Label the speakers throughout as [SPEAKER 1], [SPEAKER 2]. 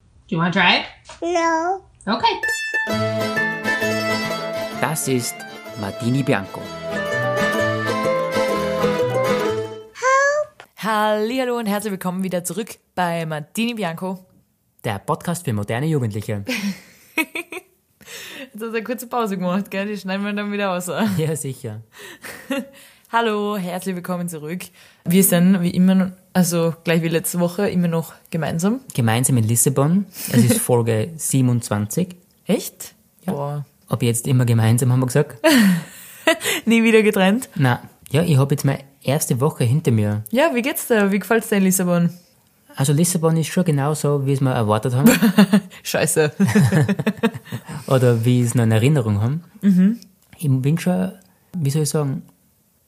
[SPEAKER 1] Do you want to try it?
[SPEAKER 2] No.
[SPEAKER 1] Okay.
[SPEAKER 3] Das ist Martini Bianco.
[SPEAKER 4] Hallo und herzlich willkommen wieder zurück bei Martini Bianco.
[SPEAKER 3] Der Podcast für moderne Jugendliche.
[SPEAKER 4] Jetzt hat er eine kurze Pause gemacht, gell? Die schneiden wir dann wieder aus.
[SPEAKER 3] Ja, sicher.
[SPEAKER 4] Hallo, herzlich willkommen zurück. Wir sind wie immer, noch- also gleich wie letzte Woche, immer noch gemeinsam.
[SPEAKER 3] Gemeinsam in Lissabon. Es ist Folge 27.
[SPEAKER 4] Echt? Ja. Boah.
[SPEAKER 3] Ob jetzt immer gemeinsam, haben wir gesagt?
[SPEAKER 4] Nie wieder getrennt.
[SPEAKER 3] Na, ja, ich habe jetzt meine erste Woche hinter mir.
[SPEAKER 4] Ja, wie geht's dir? Wie gefällt's dir in Lissabon?
[SPEAKER 3] Also Lissabon ist schon genauso, wie es wir erwartet haben.
[SPEAKER 4] Scheiße.
[SPEAKER 3] oder wie es noch in Erinnerung haben. Ich bin schon, wie soll ich sagen,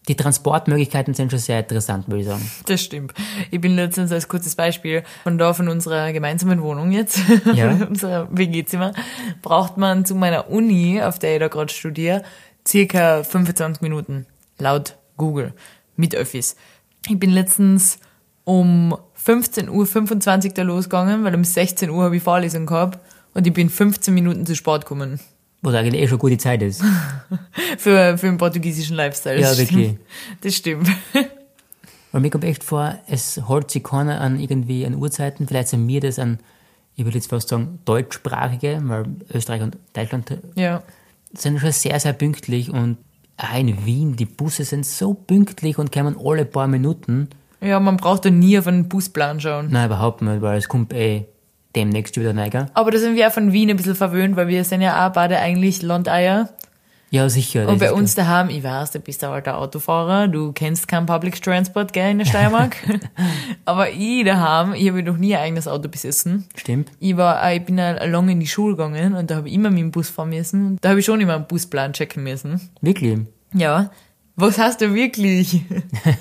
[SPEAKER 3] die Transportmöglichkeiten sind schon sehr interessant, würde ich sagen.
[SPEAKER 4] Das stimmt. Ich bin letztens als kurzes Beispiel von da von unserer gemeinsamen Wohnung jetzt,
[SPEAKER 3] Ja.
[SPEAKER 4] von unserer WG-Zimmer, braucht man zu meiner Uni, auf der ich da gerade studiere, circa 25 Minuten. Laut Google. Mit Öffis. Ich bin letztens um 15.25 Uhr da losgegangen, weil um 16 Uhr habe ich Vorlesung gehabt und ich bin 15 Minuten zu Sport gekommen.
[SPEAKER 3] Was eigentlich eh schon gute Zeit ist.
[SPEAKER 4] Für, für den portugiesischen Lifestyle.
[SPEAKER 3] Ja,
[SPEAKER 4] Das stimmt.
[SPEAKER 3] wirklich.
[SPEAKER 4] Das stimmt.
[SPEAKER 3] Und mir kommt echt vor, es holt sich keiner an irgendwie an Uhrzeiten. Vielleicht sind mir das an, ich würde jetzt fast sagen, deutschsprachige, weil Österreich und Deutschland
[SPEAKER 4] Ja.
[SPEAKER 3] sind schon sehr, sehr pünktlich und auch in Wien, die Busse sind so pünktlich und kommen alle paar Minuten.
[SPEAKER 4] Ja, man braucht da nie auf einen Busplan schauen.
[SPEAKER 3] Nein, überhaupt nicht, weil es kommt eh demnächst wieder neiger.
[SPEAKER 4] Aber da sind wir auch von Wien ein bisschen verwöhnt, weil wir sind ja auch beide eigentlich Landeier.
[SPEAKER 3] Ja, sicher. das
[SPEAKER 4] Und bei
[SPEAKER 3] ist
[SPEAKER 4] uns daheim, ich weiß, du bist ein alter Autofahrer, du kennst keinen Public Transport, gell, in der Steiermark. Aber ich daheim, ich habe noch nie ein eigenes Auto besessen.
[SPEAKER 3] klar. Stimmt.
[SPEAKER 4] Ich war, auch- ich bin auch lange in die Schule gegangen und da habe ich immer mit dem Bus fahren müssen. Und da habe ich schon immer einen Busplan checken müssen.
[SPEAKER 3] Wirklich.
[SPEAKER 4] Ja. Was hast du wirklich? ich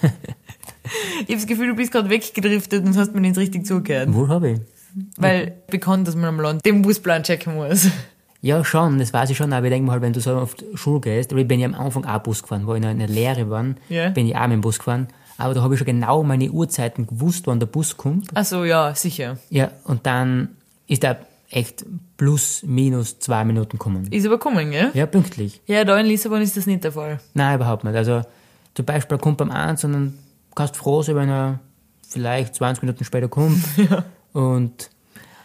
[SPEAKER 4] habe das Gefühl, du bist gerade weggedriftet und hast mir nicht richtig zugehört.
[SPEAKER 3] Wohl habe ich.
[SPEAKER 4] Weil bekannt, dass man am Land den Busplan checken muss.
[SPEAKER 3] Ja, schon, das weiß ich schon, aber ich denke mal, wenn du so auf die Schule gehst, oder ich bin ja am Anfang auch Bus gefahren, wo ich noch in der Lehre war,
[SPEAKER 4] Ja.
[SPEAKER 3] bin ich auch mit dem Bus gefahren, aber da habe ich schon genau meine Uhrzeiten gewusst, wann der Bus kommt.
[SPEAKER 4] Ach so, ja, sicher.
[SPEAKER 3] Ja, und dann ist er echt plus, minus zwei Minuten gekommen.
[SPEAKER 4] Ist aber kommen, gell?
[SPEAKER 3] Ja, pünktlich.
[SPEAKER 4] Ja, da in Lissabon ist das nicht der Fall.
[SPEAKER 3] Nein, überhaupt nicht. Also zum Beispiel er kommt beim 1 und dann kannst du froh sein, wenn er vielleicht 20 Minuten später kommt. Und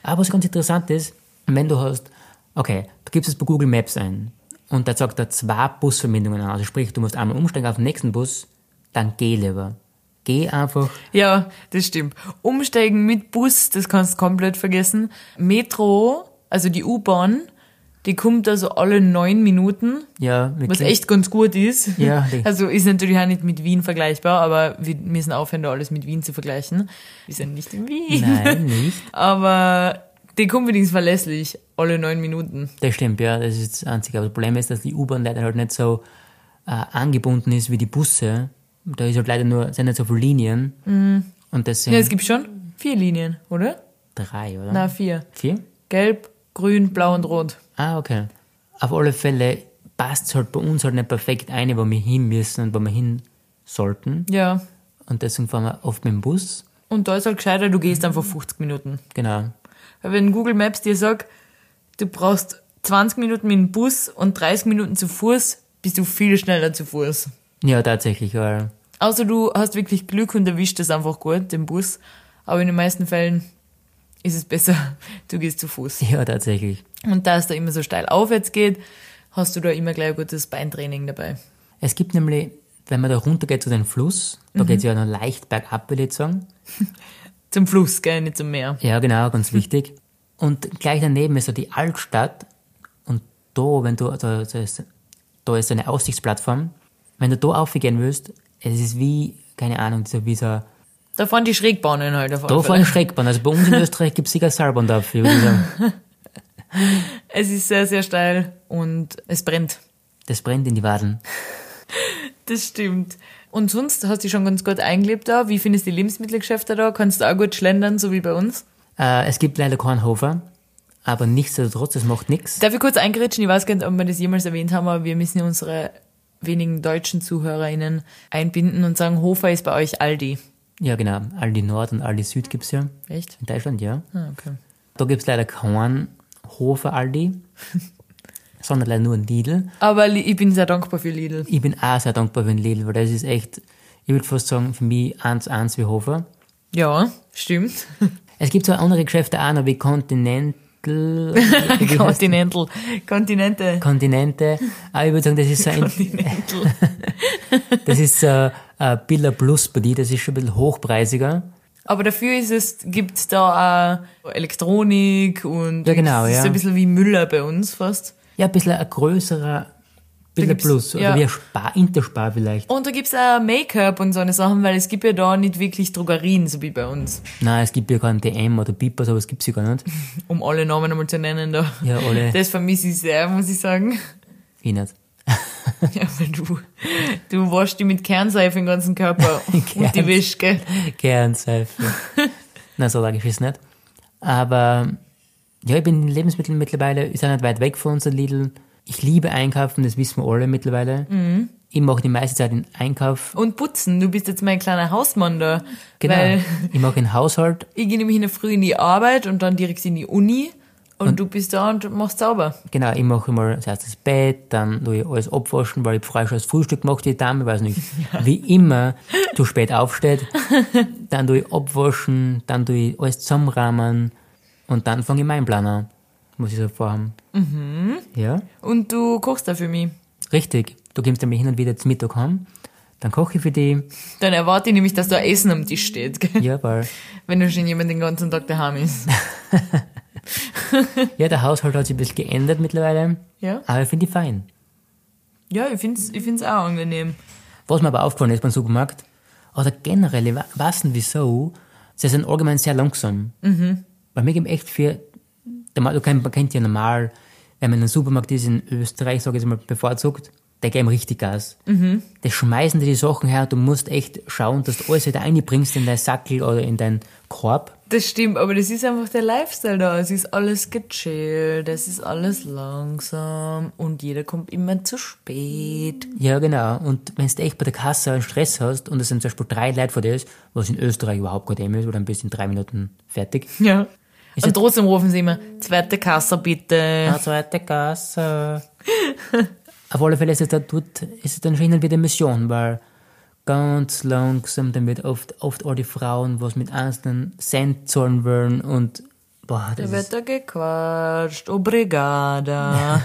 [SPEAKER 3] aber was ganz interessant ist, wenn du hast, okay, du gibst es bei Google Maps ein und da sagt er zwei Busverbindungen an. Also sprich, du musst einmal umsteigen auf den nächsten Bus, dann geh lieber. Geh einfach.
[SPEAKER 4] Ja, das stimmt. Umsteigen mit Bus, das kannst du komplett vergessen. Metro, also die U-Bahn, die kommt also alle neun Minuten,
[SPEAKER 3] Ja, wirklich.
[SPEAKER 4] was echt ganz gut ist.
[SPEAKER 3] Ja, richtig.
[SPEAKER 4] Also ist natürlich auch nicht mit Wien vergleichbar, aber wir müssen aufhören, da alles mit Wien zu vergleichen. Wir sind nicht in Wien.
[SPEAKER 3] Nein, nicht.
[SPEAKER 4] Aber die kommt wenigstens verlässlich, alle neun Minuten.
[SPEAKER 3] Das stimmt, ja, das ist das Einzige. Aber das Problem ist, dass die U-Bahn leider halt nicht so äh, angebunden ist wie die Busse. Da ist halt leider nur, sind nicht so viele Linien. Und das sind
[SPEAKER 4] Mhm. Ja, es gibt schon vier Linien, oder?
[SPEAKER 3] drei, oder?
[SPEAKER 4] Na, vier.
[SPEAKER 3] Vier?
[SPEAKER 4] Gelb, grün, blau und rot.
[SPEAKER 3] Ah, okay. Auf alle Fälle passt es halt bei uns halt nicht perfekt ein, wo wir hin müssen und wo wir hin sollten.
[SPEAKER 4] Ja.
[SPEAKER 3] Und deswegen fahren wir oft mit dem Bus.
[SPEAKER 4] Und da ist halt gescheiter, du gehst einfach 50 Minuten.
[SPEAKER 3] Genau.
[SPEAKER 4] Weil wenn Google Maps dir sagt, du brauchst 20 Minuten mit dem Bus und 30 Minuten zu Fuß, bist du viel schneller zu Fuß.
[SPEAKER 3] Ja, tatsächlich, weil
[SPEAKER 4] Außer du hast wirklich Glück und erwischt es einfach gut, den Bus. Aber in den meisten Fällen ist es besser, du gehst zu Fuß.
[SPEAKER 3] ja, tatsächlich.
[SPEAKER 4] Und da es da immer so steil aufwärts geht, hast du da immer gleich ein gutes Beintraining dabei.
[SPEAKER 3] Es gibt nämlich, wenn man da runtergeht zu dem Fluss, da geht's ja noch leicht bergab, will ich jetzt sagen.
[SPEAKER 4] Zum Fluss, gell, nicht zum Meer.
[SPEAKER 3] Ja, genau, ganz wichtig. Und gleich daneben ist so die Altstadt. Und da, wenn du, da, da, ist, da ist so eine Aussichtsplattform. Wenn du da aufgehen willst, es ist wie, keine Ahnung, so wie so,
[SPEAKER 4] Da fahren die Schrägbahnen halt auf alle
[SPEAKER 3] da
[SPEAKER 4] Fälle.
[SPEAKER 3] vorne Schreckbahn. Also bei uns in Österreich gibt's sicher Seilbahn dafür, Also, würde ich sagen.
[SPEAKER 4] Es ist sehr, sehr steil und es brennt.
[SPEAKER 3] Das brennt in die Waden.
[SPEAKER 4] Das stimmt. Und sonst hast du dich schon ganz gut eingelebt da. Wie findest du die Lebensmittelgeschäfte da? Kannst du auch gut schlendern, so wie bei uns?
[SPEAKER 3] Äh, es gibt leider keinen Hofer, aber nichtsdestotrotz, es macht nichts.
[SPEAKER 4] Darf ich kurz eingeritschen? Ich weiß gar nicht, ob wir das jemals erwähnt haben, aber wir müssen unsere wenigen deutschen ZuhörerInnen einbinden und sagen, Hofer ist bei euch Aldi.
[SPEAKER 3] Ja, genau. Aldi Nord und Aldi Süd gibt's ja.
[SPEAKER 4] Echt?
[SPEAKER 3] In Deutschland, ja.
[SPEAKER 4] Ah, okay.
[SPEAKER 3] Da gibt es leider keinen Hofer Aldi, sondern leider nur einen Lidl.
[SPEAKER 4] Aber Li- ich bin sehr dankbar für Lidl.
[SPEAKER 3] Ich bin auch sehr dankbar für den Lidl, weil das ist echt, ich würde fast sagen, für mich eins zu eins wie Hofer.
[SPEAKER 4] Ja, stimmt.
[SPEAKER 3] Es gibt zwar andere Geschäfte auch noch wie Continental. wie heißt-
[SPEAKER 4] Continental. Kontinente.
[SPEAKER 3] Kontinente. Aber ich würde sagen, das ist so ein,
[SPEAKER 4] Continental.
[SPEAKER 3] das ist so ein Billa Plus bei dir, das ist schon ein bisschen hochpreisiger.
[SPEAKER 4] Aber dafür ist es, gibt's da auch Elektronik und
[SPEAKER 3] Ja, genau,
[SPEAKER 4] es ist
[SPEAKER 3] ja.
[SPEAKER 4] ein bisschen wie Müller bei uns fast.
[SPEAKER 3] Ja, ein bisschen ein größerer Billa
[SPEAKER 4] gibt's-
[SPEAKER 3] Plus. Oder
[SPEAKER 4] ja.
[SPEAKER 3] wie ein Spar, Interspar vielleicht.
[SPEAKER 4] Und da gibt's auch Make-up und so eine Sachen, weil es gibt ja da nicht wirklich Drogerien, so wie bei uns.
[SPEAKER 3] Nein, es gibt ja keinen DM oder Pipas, aber es gibt sie gar nicht.
[SPEAKER 4] Um alle Namen einmal zu nennen da.
[SPEAKER 3] Ja, alle.
[SPEAKER 4] Das vermisse ich sehr, muss ich sagen.
[SPEAKER 3] Wie nicht.
[SPEAKER 4] Ja, weil du, du waschst die mit Kernseife den ganzen Körper und die
[SPEAKER 3] Kernseife.
[SPEAKER 4] Wäsche, gell?
[SPEAKER 3] Kernseife. Na, so tragisch ist nicht. Aber ja, ich bin in Lebensmitteln mittlerweile, ist auch nicht weit weg von uns, der Lidl. Ich liebe Einkaufen, das wissen wir alle mittlerweile. Ich mache die meiste Zeit den Einkauf.
[SPEAKER 4] Und putzen, du bist jetzt mein kleiner Hausmann da.
[SPEAKER 3] Genau.
[SPEAKER 4] Weil
[SPEAKER 3] Ich mache den Haushalt.
[SPEAKER 4] ich gehe nämlich in der Früh in die Arbeit und dann direkt in die Uni und, du bist da und machst sauber.
[SPEAKER 3] Genau, ich mache immer das erste das Bett, dann tue ich alles abwaschen, weil ich vorher schon das Frühstück mache, die Dame, weiß nicht, wie immer zu spät aufsteht. Dann tue ich abwaschen, dann tue ich alles zusammenrahmen und dann fange ich meinen Plan an. Muss ich so vorhaben. Ja,
[SPEAKER 4] Und du kochst da für mich.
[SPEAKER 3] richtig. Du kommst nämlich hin und wieder zum Mittag heim, dann koche ich für die,
[SPEAKER 4] Dann erwarte ich nämlich, dass da Essen am Tisch steht, gell?
[SPEAKER 3] ja, weil,
[SPEAKER 4] Wenn du schon jemand den ganzen Tag daheim ist.
[SPEAKER 3] ja, der Haushalt hat sich ein bisschen geändert mittlerweile,
[SPEAKER 4] Ja?
[SPEAKER 3] aber ich finde die fein.
[SPEAKER 4] Ja, ich find's, ich find's auch angenehm.
[SPEAKER 3] Was mir aber aufgefallen ist beim Supermarkt, oder generell, ich we- weiß nicht wieso, sie sind allgemein sehr langsam. Bei mir gibt echt viel, der Ma- du kennt, man kennt ja normal, wenn man in einem Supermarkt ist in Österreich, sage ich jetzt mal bevorzugt, der geben richtig Gas. Die schmeißen dir die Sachen her und du musst echt schauen, dass du alles wieder einbringst in deinen Sackel oder in deinen Korb.
[SPEAKER 4] Das stimmt, aber das ist einfach der Lifestyle da. Es ist alles gechillt, es ist alles langsam und jeder kommt immer zu spät.
[SPEAKER 3] Ja, genau. Und wenn du echt bei der Kasse einen Stress hast und es sind zum Beispiel drei Leute vor dir, ist, was in Österreich überhaupt kein Thema ist, oder ein bisschen drei Minuten fertig.
[SPEAKER 4] Ja.
[SPEAKER 3] Ist
[SPEAKER 4] und
[SPEAKER 3] jetzt-
[SPEAKER 4] trotzdem rufen sie immer, zweite Kasse bitte.
[SPEAKER 3] zweite Gasse. äh, Auf alle Fälle ist es, da tut, ist es dann schon hin und wieder Mission, weil ganz langsam, dann wird oft, oft all die Frauen was mit einzelnen Cent zahlen wollen und boah,
[SPEAKER 4] Da
[SPEAKER 3] das
[SPEAKER 4] wird
[SPEAKER 3] ist,
[SPEAKER 4] da gequatscht, obrigada.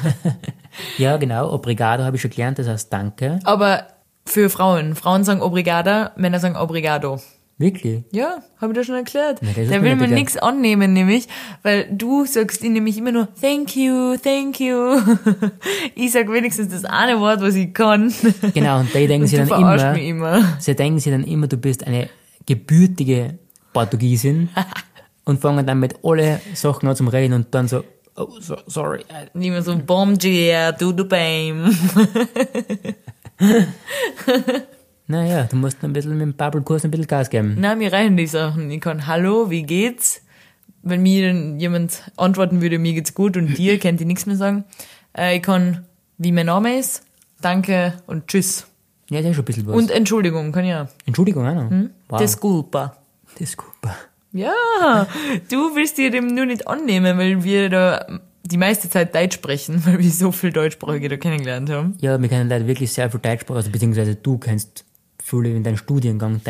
[SPEAKER 3] ja genau, Obrigado habe ich schon gelernt, das heißt Danke.
[SPEAKER 4] aber für Frauen, Frauen sagen obrigada, Männer sagen obrigado.
[SPEAKER 3] Wirklich?
[SPEAKER 4] Ja, habe ich dir schon erklärt.
[SPEAKER 3] Na, das ist
[SPEAKER 4] da
[SPEAKER 3] mir
[SPEAKER 4] will
[SPEAKER 3] nicht
[SPEAKER 4] man
[SPEAKER 3] egal.
[SPEAKER 4] nichts annehmen, nämlich, weil du sagst ihnen nämlich immer nur Thank you, thank you. ich sag wenigstens das eine Wort, was ich kann.
[SPEAKER 3] Genau, und die denken
[SPEAKER 4] Und
[SPEAKER 3] sie
[SPEAKER 4] du
[SPEAKER 3] dann
[SPEAKER 4] verarschst
[SPEAKER 3] immer,
[SPEAKER 4] mich immer.
[SPEAKER 3] sie denken sie dann immer, du bist eine gebürtige Portugiesin und fangen dann mit alle Sachen an zum Reden und dann so, oh, so sorry, I-
[SPEAKER 4] Und immer so Bom dia, du du bam.
[SPEAKER 3] naja, du musst ein bisschen mit dem Bubble-Kurs ein bisschen Gas geben.
[SPEAKER 4] Na, mir reichen die Sachen. Ich kann Hallo, wie geht's? Wenn mir dann jemand antworten würde, mir geht's gut und dir, kennt ihr nichts mehr sagen. Äh, ich kann, wie mein Name ist, danke und tschüss.
[SPEAKER 3] Ja, das ist schon ein bisschen was.
[SPEAKER 4] Und Entschuldigung, kann ja.
[SPEAKER 3] Entschuldigung, Anna. Wow. Hm? Das,
[SPEAKER 4] Disculpa.
[SPEAKER 3] ist super.
[SPEAKER 4] Ja, du willst dir dem nur nicht annehmen, weil wir da die meiste Zeit Deutsch sprechen, weil wir so viel Deutschsprachige da kennengelernt haben.
[SPEAKER 3] Ja, wir kennen leider wirklich sehr viel Deutschsprache, also beziehungsweise du kennst viele in deinem Studiengang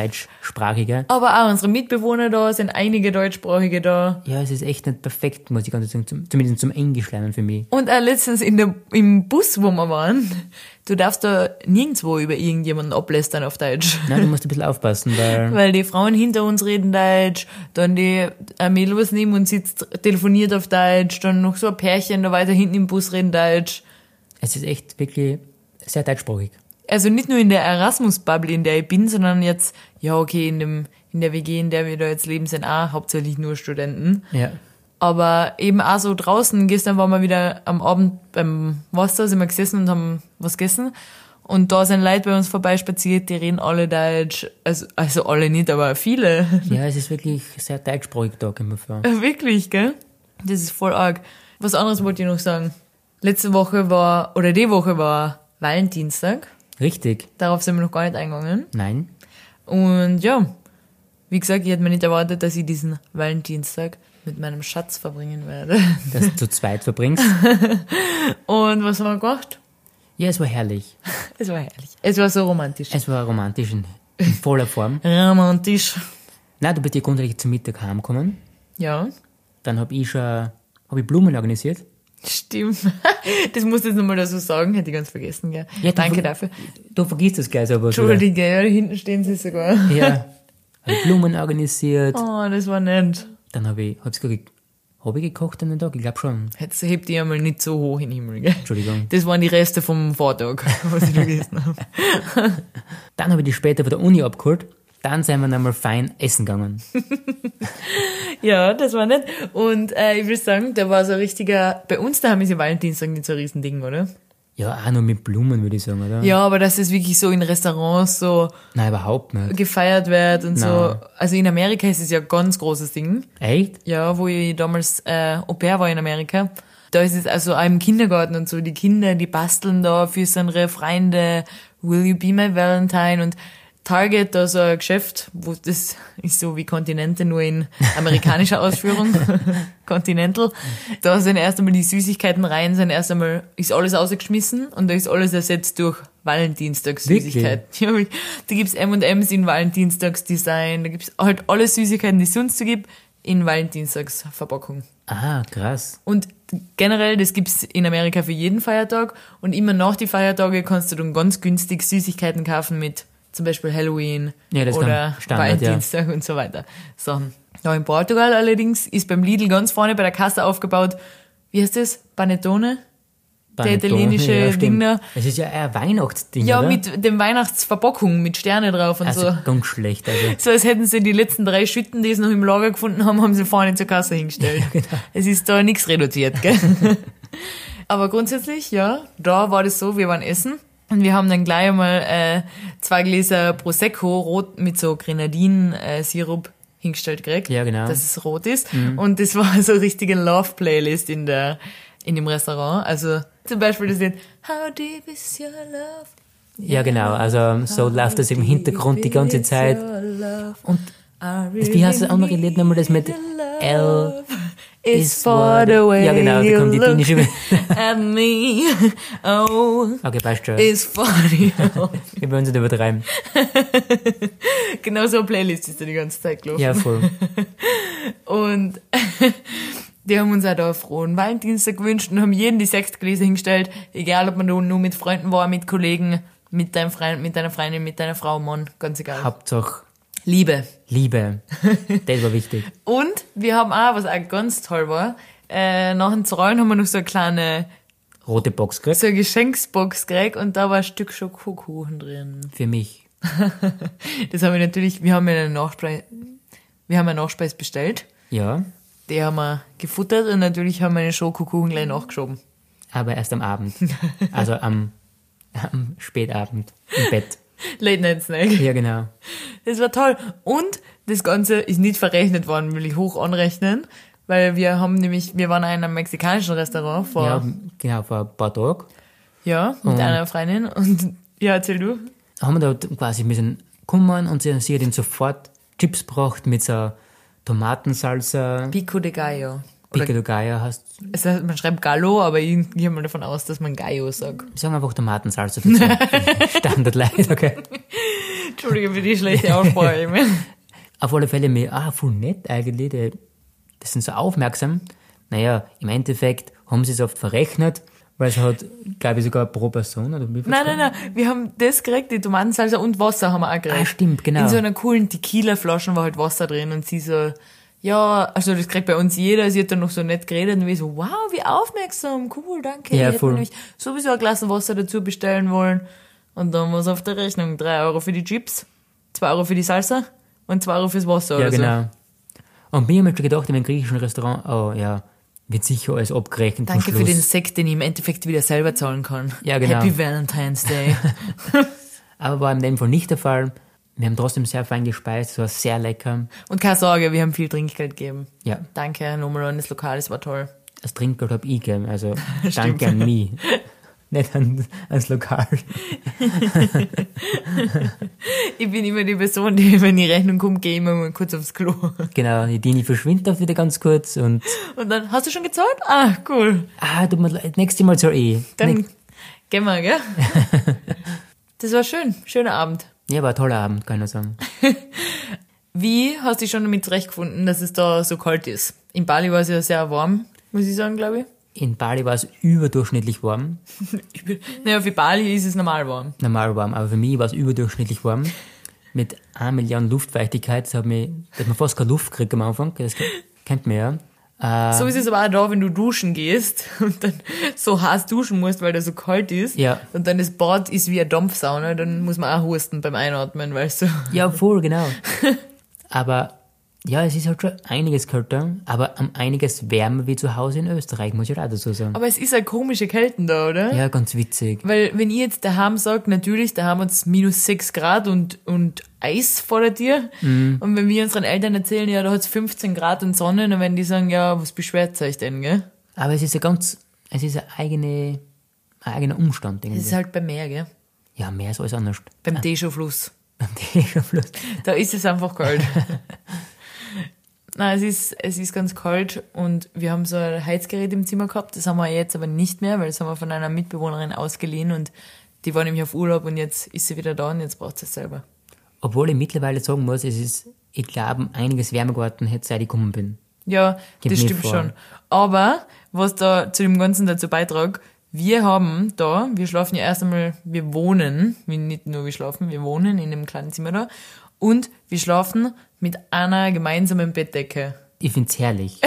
[SPEAKER 3] Deutschsprachige.
[SPEAKER 4] Aber auch unsere Mitbewohner da sind einige Deutschsprachige da.
[SPEAKER 3] Ja, es ist echt nicht perfekt, muss ich ganz ehrlich sagen, zum, zumindest zum Englisch lernen für mich.
[SPEAKER 4] Und auch letztens in der, im Bus, wo wir waren, du darfst da nirgendwo über irgendjemanden ablästern auf Deutsch.
[SPEAKER 3] Nein, du musst ein bisschen aufpassen, weil
[SPEAKER 4] Weil die Frauen hinter uns reden Deutsch, dann die ein Mädel was neben uns sitzt, telefoniert auf Deutsch, dann noch so ein Pärchen da weiter hinten im Bus reden Deutsch.
[SPEAKER 3] es ist echt wirklich sehr deutschsprachig.
[SPEAKER 4] Also nicht nur in der Erasmus-Bubble, in der ich bin, sondern jetzt, ja okay, in dem, in der WG, in der wir da jetzt leben, sind auch hauptsächlich nur Studenten.
[SPEAKER 3] Ja.
[SPEAKER 4] Aber eben auch so draußen, gestern waren wir wieder am Abend beim Wasser, sind wir gesessen und haben was gegessen. Und da sind Leute bei uns vorbeispaziert, die reden alle Deutsch. Also, also alle nicht, aber viele.
[SPEAKER 3] Ja, es ist wirklich sehr deutschsprachig da, kann man vor.
[SPEAKER 4] Wirklich, gell? Das ist voll arg. Was anderes wollte ich noch sagen. Letzte Woche war, oder die Woche war Valentinstag.
[SPEAKER 3] Richtig.
[SPEAKER 4] Darauf sind wir noch gar nicht eingegangen.
[SPEAKER 3] Nein.
[SPEAKER 4] Und ja, wie gesagt, ich hätte mir nicht erwartet, dass ich diesen Valentinstag mit meinem Schatz verbringen werde.
[SPEAKER 3] dass du zu zweit verbringst.
[SPEAKER 4] Und was haben wir gemacht?
[SPEAKER 3] Ja, es war herrlich.
[SPEAKER 4] Es war herrlich. Es war so romantisch.
[SPEAKER 3] Es war romantisch in, in voller Form.
[SPEAKER 4] Romantisch.
[SPEAKER 3] Na, du bist ja grundsätzlich zum Mittag heimgekommen.
[SPEAKER 4] Ja,
[SPEAKER 3] Dann habe ich schon hab ich Blumen organisiert.
[SPEAKER 4] stimmt. Das musst du jetzt nochmal dazu sagen, hätte ich ganz vergessen, gell?
[SPEAKER 3] Ja, du-
[SPEAKER 4] Danke dafür.
[SPEAKER 3] Du vergisst das gleich aber schon.
[SPEAKER 4] Entschuldige, ja, da hinten stehen sie sogar.
[SPEAKER 3] Ja. Hab ich Blumen organisiert.
[SPEAKER 4] Oh, das war nett.
[SPEAKER 3] Dann habe ich, hab's ge hab ich gekocht an den Tag? Ich glaube schon.
[SPEAKER 4] Jetzt hebt ihr mal nicht so hoch in den Himmel, gell?
[SPEAKER 3] Entschuldigung.
[SPEAKER 4] Das waren die Reste vom Vortag, was ich vergessen habe.
[SPEAKER 3] Dann habe ich die später von der Uni abgeholt. Dann sind wir nochmal fein essen gegangen.
[SPEAKER 4] Ja, das war nett. Und äh, ich will sagen, da war so ein richtiger, bei uns da haben wir ja Valentinstag nicht so ein Riesending, oder?
[SPEAKER 3] Ja, auch nur mit Blumen, würde ich sagen, oder?
[SPEAKER 4] Ja, aber dass es wirklich so in Restaurants so
[SPEAKER 3] Nein, überhaupt nicht.
[SPEAKER 4] gefeiert wird und so.
[SPEAKER 3] Nein.
[SPEAKER 4] Also in Amerika ist es ja ein ganz großes Ding.
[SPEAKER 3] Echt?
[SPEAKER 4] Ja, wo ich damals äh, Au pair war in Amerika. Da ist es also auch im Kindergarten und so, die Kinder, die basteln da für so ihre Freunde, Will You Be My Valentine und Target, da so ein Geschäft, wo das ist so wie Kontinente, nur in amerikanischer Ausführung, Continental. Da sind erst einmal die Süßigkeiten rein, sind erst einmal, ist alles ausgeschmissen und da ist alles ersetzt durch Valentinstagssüßigkeiten. Ja, wirklich. da gibt's M&M's in Valentinstagsdesign, da gibt's halt alle Süßigkeiten, die es sonst so gibt, in Valentinstagsverpackung.
[SPEAKER 3] Ah, krass.
[SPEAKER 4] Und generell, das gibt's in Amerika für jeden Feiertag und immer nach die Feiertage kannst du dann ganz günstig Süßigkeiten kaufen mit zum Beispiel Halloween
[SPEAKER 3] Ja, das ist
[SPEAKER 4] oder
[SPEAKER 3] ganz Standard, ja.
[SPEAKER 4] Valentinstag und so weiter. So. Da in Portugal allerdings ist beim Lidl ganz vorne bei der Kasse aufgebaut, wie heißt das? Panettone?
[SPEAKER 3] Panettone,
[SPEAKER 4] italienische
[SPEAKER 3] stimmt.
[SPEAKER 4] Ding da.
[SPEAKER 3] Es ist ja eher ein Weihnachtsding,
[SPEAKER 4] Ja,
[SPEAKER 3] oder?
[SPEAKER 4] mit dem Weihnachtsverpackung, mit Sterne drauf und
[SPEAKER 3] Also
[SPEAKER 4] so.
[SPEAKER 3] ganz schlecht. Also.
[SPEAKER 4] So als hätten sie die letzten drei Schütten, die sie noch im Lager gefunden haben, haben sie vorne zur Kasse hingestellt.
[SPEAKER 3] genau.
[SPEAKER 4] Es ist da nichts reduziert, gell? Aber grundsätzlich, ja, da war das so, wir waren essen und wir haben dann gleich einmal äh, zwei Gläser Prosecco rot mit so Grenadinen-Sirup hingestellt gekriegt.
[SPEAKER 3] Ja, genau. Mhm.
[SPEAKER 4] Dass es rot ist. Und das war so richtige Love-Playlist in der in dem Restaurant. Also zum Beispiel das Lied How deep is your love?
[SPEAKER 3] Ja, genau. Also
[SPEAKER 4] Ah,
[SPEAKER 3] so läuft das im Hintergrund die ganze Zeit. Und
[SPEAKER 4] Wie
[SPEAKER 3] wie heißt das andere Lied nochmal? Das mit L
[SPEAKER 4] is for the way
[SPEAKER 3] Ja, genau. Da kommt die
[SPEAKER 4] you look
[SPEAKER 3] dänische...
[SPEAKER 4] at me. Oh,
[SPEAKER 3] Okay, passt schon.
[SPEAKER 4] is for the
[SPEAKER 3] Wir wollen es nicht übertreiben.
[SPEAKER 4] Genau so eine Playlist ist da die ganze Zeit gelaufen.
[SPEAKER 3] Ja, voll.
[SPEAKER 4] Und die haben uns auch da frohen Valentinstag gewünscht und haben jeden die Sextgläser hingestellt, egal ob man nur nur mit Freunden war, mit Kollegen, mit deinem Freund, mit deiner Freundin, mit deiner Frau, Mann, ganz egal.
[SPEAKER 3] Hauptsache
[SPEAKER 4] Liebe.
[SPEAKER 3] Liebe. Das war wichtig.
[SPEAKER 4] Und wir haben auch, was auch ganz toll war, äh, nach dem Zahlen haben wir noch so eine kleine,
[SPEAKER 3] Rote Box gekriegt.
[SPEAKER 4] so eine Geschenksbox gekriegt und da war ein Stück Schokokuchen drin.
[SPEAKER 3] Für mich.
[SPEAKER 4] Das haben wir natürlich, wir haben ja eine Nachspeise, wir haben eine Nachspeise bestellt,
[SPEAKER 3] Ja.
[SPEAKER 4] die haben wir gefuttert und natürlich haben wir den Schokokuchen gleich nachgeschoben.
[SPEAKER 3] Aber erst am Abend. Also am, am Spätabend im Bett.
[SPEAKER 4] Late Night Snack.
[SPEAKER 3] Ja, genau.
[SPEAKER 4] Das war toll. Und das Ganze ist nicht verrechnet worden, will ich hoch anrechnen, weil wir haben nämlich, wir waren in einem mexikanischen Restaurant vor,
[SPEAKER 3] Ja,
[SPEAKER 4] ja,
[SPEAKER 3] genau, vor ein paar Tagen
[SPEAKER 4] mit
[SPEAKER 3] Und-
[SPEAKER 4] einer Freundin und, ja, erzähl du.
[SPEAKER 3] haben wir da quasi ein bisschen gekommen und sie, sie hat ihm sofort Chips gebracht mit so Tomatensalsa,
[SPEAKER 4] Pico de Gallo. Oder,
[SPEAKER 3] Pico de Gallo heißt,
[SPEAKER 4] es heißt, man schreibt Gallo, aber ich gehe mal davon aus, dass man Gallo sagt.
[SPEAKER 3] sagen wir einfach Tomatensalsa dazu. Standardleid, okay.
[SPEAKER 4] Entschuldige für die schlechte Aussprache. ich mein.
[SPEAKER 3] Auf alle Fälle mir, ah, voll nett eigentlich, die, die sind so aufmerksam. Naja, im Endeffekt haben sie es oft verrechnet, weil es hat, glaube ich, sogar pro Person oder wie viel
[SPEAKER 4] nein, nein, nein, wir haben das gekriegt, die Tomatensalsa und Wasser haben wir auch gekriegt.
[SPEAKER 3] Ah, stimmt, genau.
[SPEAKER 4] In so einer coolen Tequila-Flasche war halt Wasser drin und sie so, ja, also das kriegt bei uns jeder, sie hat dann noch so nett geredet und wir so, wow, wie aufmerksam, cool, danke.
[SPEAKER 3] Ja,
[SPEAKER 4] ich hätte
[SPEAKER 3] voll.
[SPEAKER 4] mir nämlich sowieso ein Glas Wasser dazu bestellen wollen und dann war es auf der Rechnung, drei Euro für die Chips, zwei Euro für die Salsa und zwei Euro fürs Wasser
[SPEAKER 3] Ja,
[SPEAKER 4] oder so.
[SPEAKER 3] genau. Und mir haben wir schon gedacht, in einem griechischen Restaurant, oh ja, wird sicher alles abgerechnet
[SPEAKER 4] Danke
[SPEAKER 3] zum
[SPEAKER 4] für
[SPEAKER 3] Schluss.
[SPEAKER 4] den Sekt, den ich im Endeffekt wieder selber zahlen kann.
[SPEAKER 3] Ja, genau.
[SPEAKER 4] Happy Valentine's Day.
[SPEAKER 3] Aber war in dem Fall nicht der Fall. Wir haben trotzdem sehr fein gespeist, es war sehr lecker.
[SPEAKER 4] Und keine Sorge, wir haben viel Trinkgeld gegeben.
[SPEAKER 3] Ja,
[SPEAKER 4] Danke nochmal an das Lokal, es war toll.
[SPEAKER 3] das Trinkgeld habe ich gegeben, also danke an mich. nicht an, ans Lokal.
[SPEAKER 4] Ich bin immer die Person, die, wenn die Rechnung kommt, gehe ich immer mal kurz aufs Klo.
[SPEAKER 3] Genau, die Dini verschwindet auch wieder ganz kurz und
[SPEAKER 4] Und dann, hast du schon gezahlt? Ah, cool.
[SPEAKER 3] ah, tut mir leid, nächstes Mal soll ich.
[SPEAKER 4] Dann
[SPEAKER 3] Nächst-
[SPEAKER 4] gehen wir, gell? Das war schön. Schöner Abend.
[SPEAKER 3] ja, war ein toller Abend, kann ich nur sagen.
[SPEAKER 4] Wie hast du dich schon damit zurechtgefunden, dass es da so kalt ist? In Bali war es ja sehr warm, muss ich sagen, glaube
[SPEAKER 3] In Bali war es überdurchschnittlich warm,
[SPEAKER 4] ich. ich bin, naja, für Bali ist es normal warm.
[SPEAKER 3] normal warm, aber für mich war es überdurchschnittlich warm. Mit 1 Million Luftfeuchtigkeit, das hat mich, da hat man fast keine Luft gekriegt am Anfang, das ke- kennt man ja. Äh, Ähm.
[SPEAKER 4] So ist es aber auch da, wenn du duschen gehst und dann so heiß duschen musst, weil da so kalt ist.
[SPEAKER 3] Ja.
[SPEAKER 4] Und dann das Bad ist wie eine Dampfsauna, dann muss man auch husten beim Einatmen, weißt du.
[SPEAKER 3] Ja, voll, genau. Aber ja, es ist halt schon einiges kälter, aber um einiges wärmer wie zu Hause in Österreich, muss ich auch dazu sagen.
[SPEAKER 4] Aber es ist eine komische Kälte da, oder?
[SPEAKER 3] Ja, ganz witzig.
[SPEAKER 4] Weil wenn ihr jetzt daheim sagt, natürlich, da haben wir uns minus 6 Grad und, und Eis vor der Tür.
[SPEAKER 3] Mhm.
[SPEAKER 4] Und wenn wir unseren Eltern erzählen, ja, da hat's 15 Grad und Sonne, dann werden die sagen, ja, was beschwert euch denn, gell?
[SPEAKER 3] Aber es ist ja ganz, es ist ein, eigene, ein eigener Umstand irgendwie.
[SPEAKER 4] Das ist halt beim Meer, gell?
[SPEAKER 3] ja, mehr ist alles anders.
[SPEAKER 4] Beim Tejo-Fluss.
[SPEAKER 3] Beim Tegerfluss.
[SPEAKER 4] Da ist es einfach kalt. Nein, es ist, es ist ganz kalt und wir haben so ein Heizgerät im Zimmer gehabt. Das haben wir jetzt aber nicht mehr, weil das haben wir von einer Mitbewohnerin ausgeliehen und die war nämlich auf Urlaub und jetzt ist sie wieder da und jetzt braucht sie es selber.
[SPEAKER 3] Obwohl ich mittlerweile sagen muss, es ist, ich glaube, um einiges wärmer geworden hätte, seit ich gekommen bin.
[SPEAKER 4] Ja,
[SPEAKER 3] Gib
[SPEAKER 4] das
[SPEAKER 3] mir
[SPEAKER 4] stimmt
[SPEAKER 3] vor.
[SPEAKER 4] schon. Aber was da zu dem Ganzen dazu beitragt, wir haben da, wir schlafen ja erst einmal, wir wohnen, wir nicht nur wir schlafen, wir wohnen in einem kleinen Zimmer da und wir schlafen mit einer gemeinsamen Bettdecke.
[SPEAKER 3] Ich find's herrlich.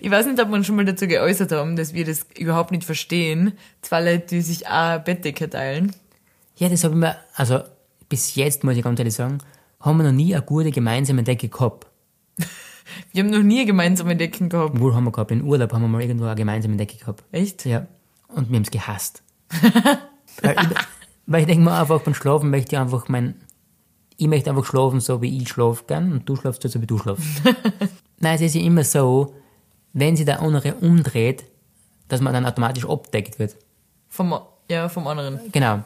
[SPEAKER 4] Ich weiß nicht, ob wir uns schon mal dazu geäußert haben, dass wir das überhaupt nicht verstehen. Zwei Leute, die sich auch eine Bettdecke teilen.
[SPEAKER 3] ja, das habe ich mir, also bis jetzt muss ich ganz ehrlich sagen, haben wir noch nie eine gute gemeinsame Decke gehabt.
[SPEAKER 4] Wir haben noch nie eine gemeinsame Decken gehabt.
[SPEAKER 3] Obwohl haben wir gehabt, in Urlaub haben wir mal irgendwo eine gemeinsame Decke gehabt.
[SPEAKER 4] Echt?
[SPEAKER 3] Ja. Und wir haben's gehasst. weil, ich, weil ich denke mir einfach, beim Schlafen möchte ich einfach mein. Ich möchte einfach schlafen, so wie ich schlafe gern, und du schlafst so, so wie du schlafst. Nein, es ist ja immer so, wenn sich der andere umdreht, dass man dann automatisch abdeckt wird.
[SPEAKER 4] Vom, ja, vom anderen.
[SPEAKER 3] Genau.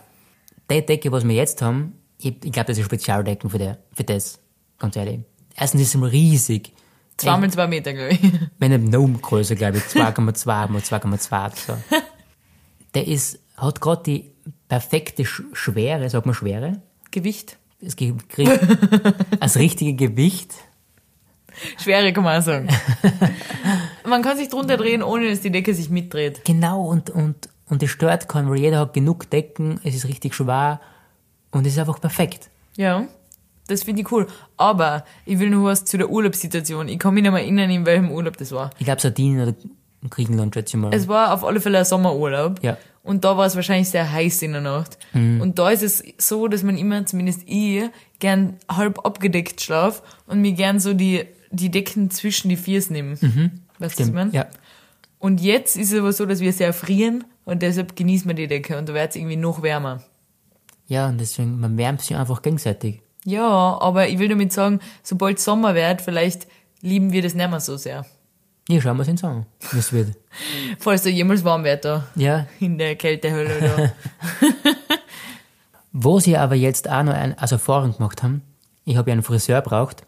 [SPEAKER 3] Die Decke, was wir jetzt haben, ich, ich glaube, das ist Spezialdecken für, der, für das. Ganz ehrlich. Erstens ist es mal riesig.
[SPEAKER 4] Zweimal zwei Meter, glaube ich.
[SPEAKER 3] Wenn eine Gnome-Größe, glaube ich, 2,2 mal 2,2. So. Der ist, hat gerade die perfekte Sch Schwere, sag mal Schwere,
[SPEAKER 4] Gewicht.
[SPEAKER 3] das, Ge das richtige Gewicht.
[SPEAKER 4] Schwere kann man auch sagen. man kann sich drunter drehen, ohne dass die Decke sich mitdreht.
[SPEAKER 3] Genau, und, und, und das stört keinen, weil jeder hat genug Decken, es ist richtig schwer und es ist einfach perfekt.
[SPEAKER 4] Ja. Das finde ich cool. Aber ich will nur was zu der Urlaubssituation. Ich kann mich nicht mehr erinnern, in welchem Urlaub das war.
[SPEAKER 3] Ich glaube, Sardinien oder Griechenland, schätze ich mal.
[SPEAKER 4] Es war auf alle Fälle ein Sommerurlaub.
[SPEAKER 3] Ja. Mhm.
[SPEAKER 4] Und da war es wahrscheinlich sehr heiß in der Nacht. Und da ist es so, dass man immer, zumindest ich, gern halb abgedeckt schlaf und mir gern so die, die Decken zwischen die Viers nehme. Weißt du, was ich meine?
[SPEAKER 3] Mhm. ja.
[SPEAKER 4] Und jetzt ist es aber so, dass wir sehr frieren und deshalb genießt man die Decke und da wird es irgendwie noch wärmer.
[SPEAKER 3] ja, und deswegen, man wärmt sich einfach gegenseitig.
[SPEAKER 4] Ja, aber ich will damit sagen, sobald Sommer wird, vielleicht lieben wir das nicht mehr so sehr.
[SPEAKER 3] Ja, schauen wir uns an, wie es wird.
[SPEAKER 4] Falls da jemals warm wird da.
[SPEAKER 3] Ja,
[SPEAKER 4] In der Kältehölle da.
[SPEAKER 3] wo sie aber jetzt auch noch ein, also Erfahrung gemacht haben, ich habe ja einen Friseur braucht,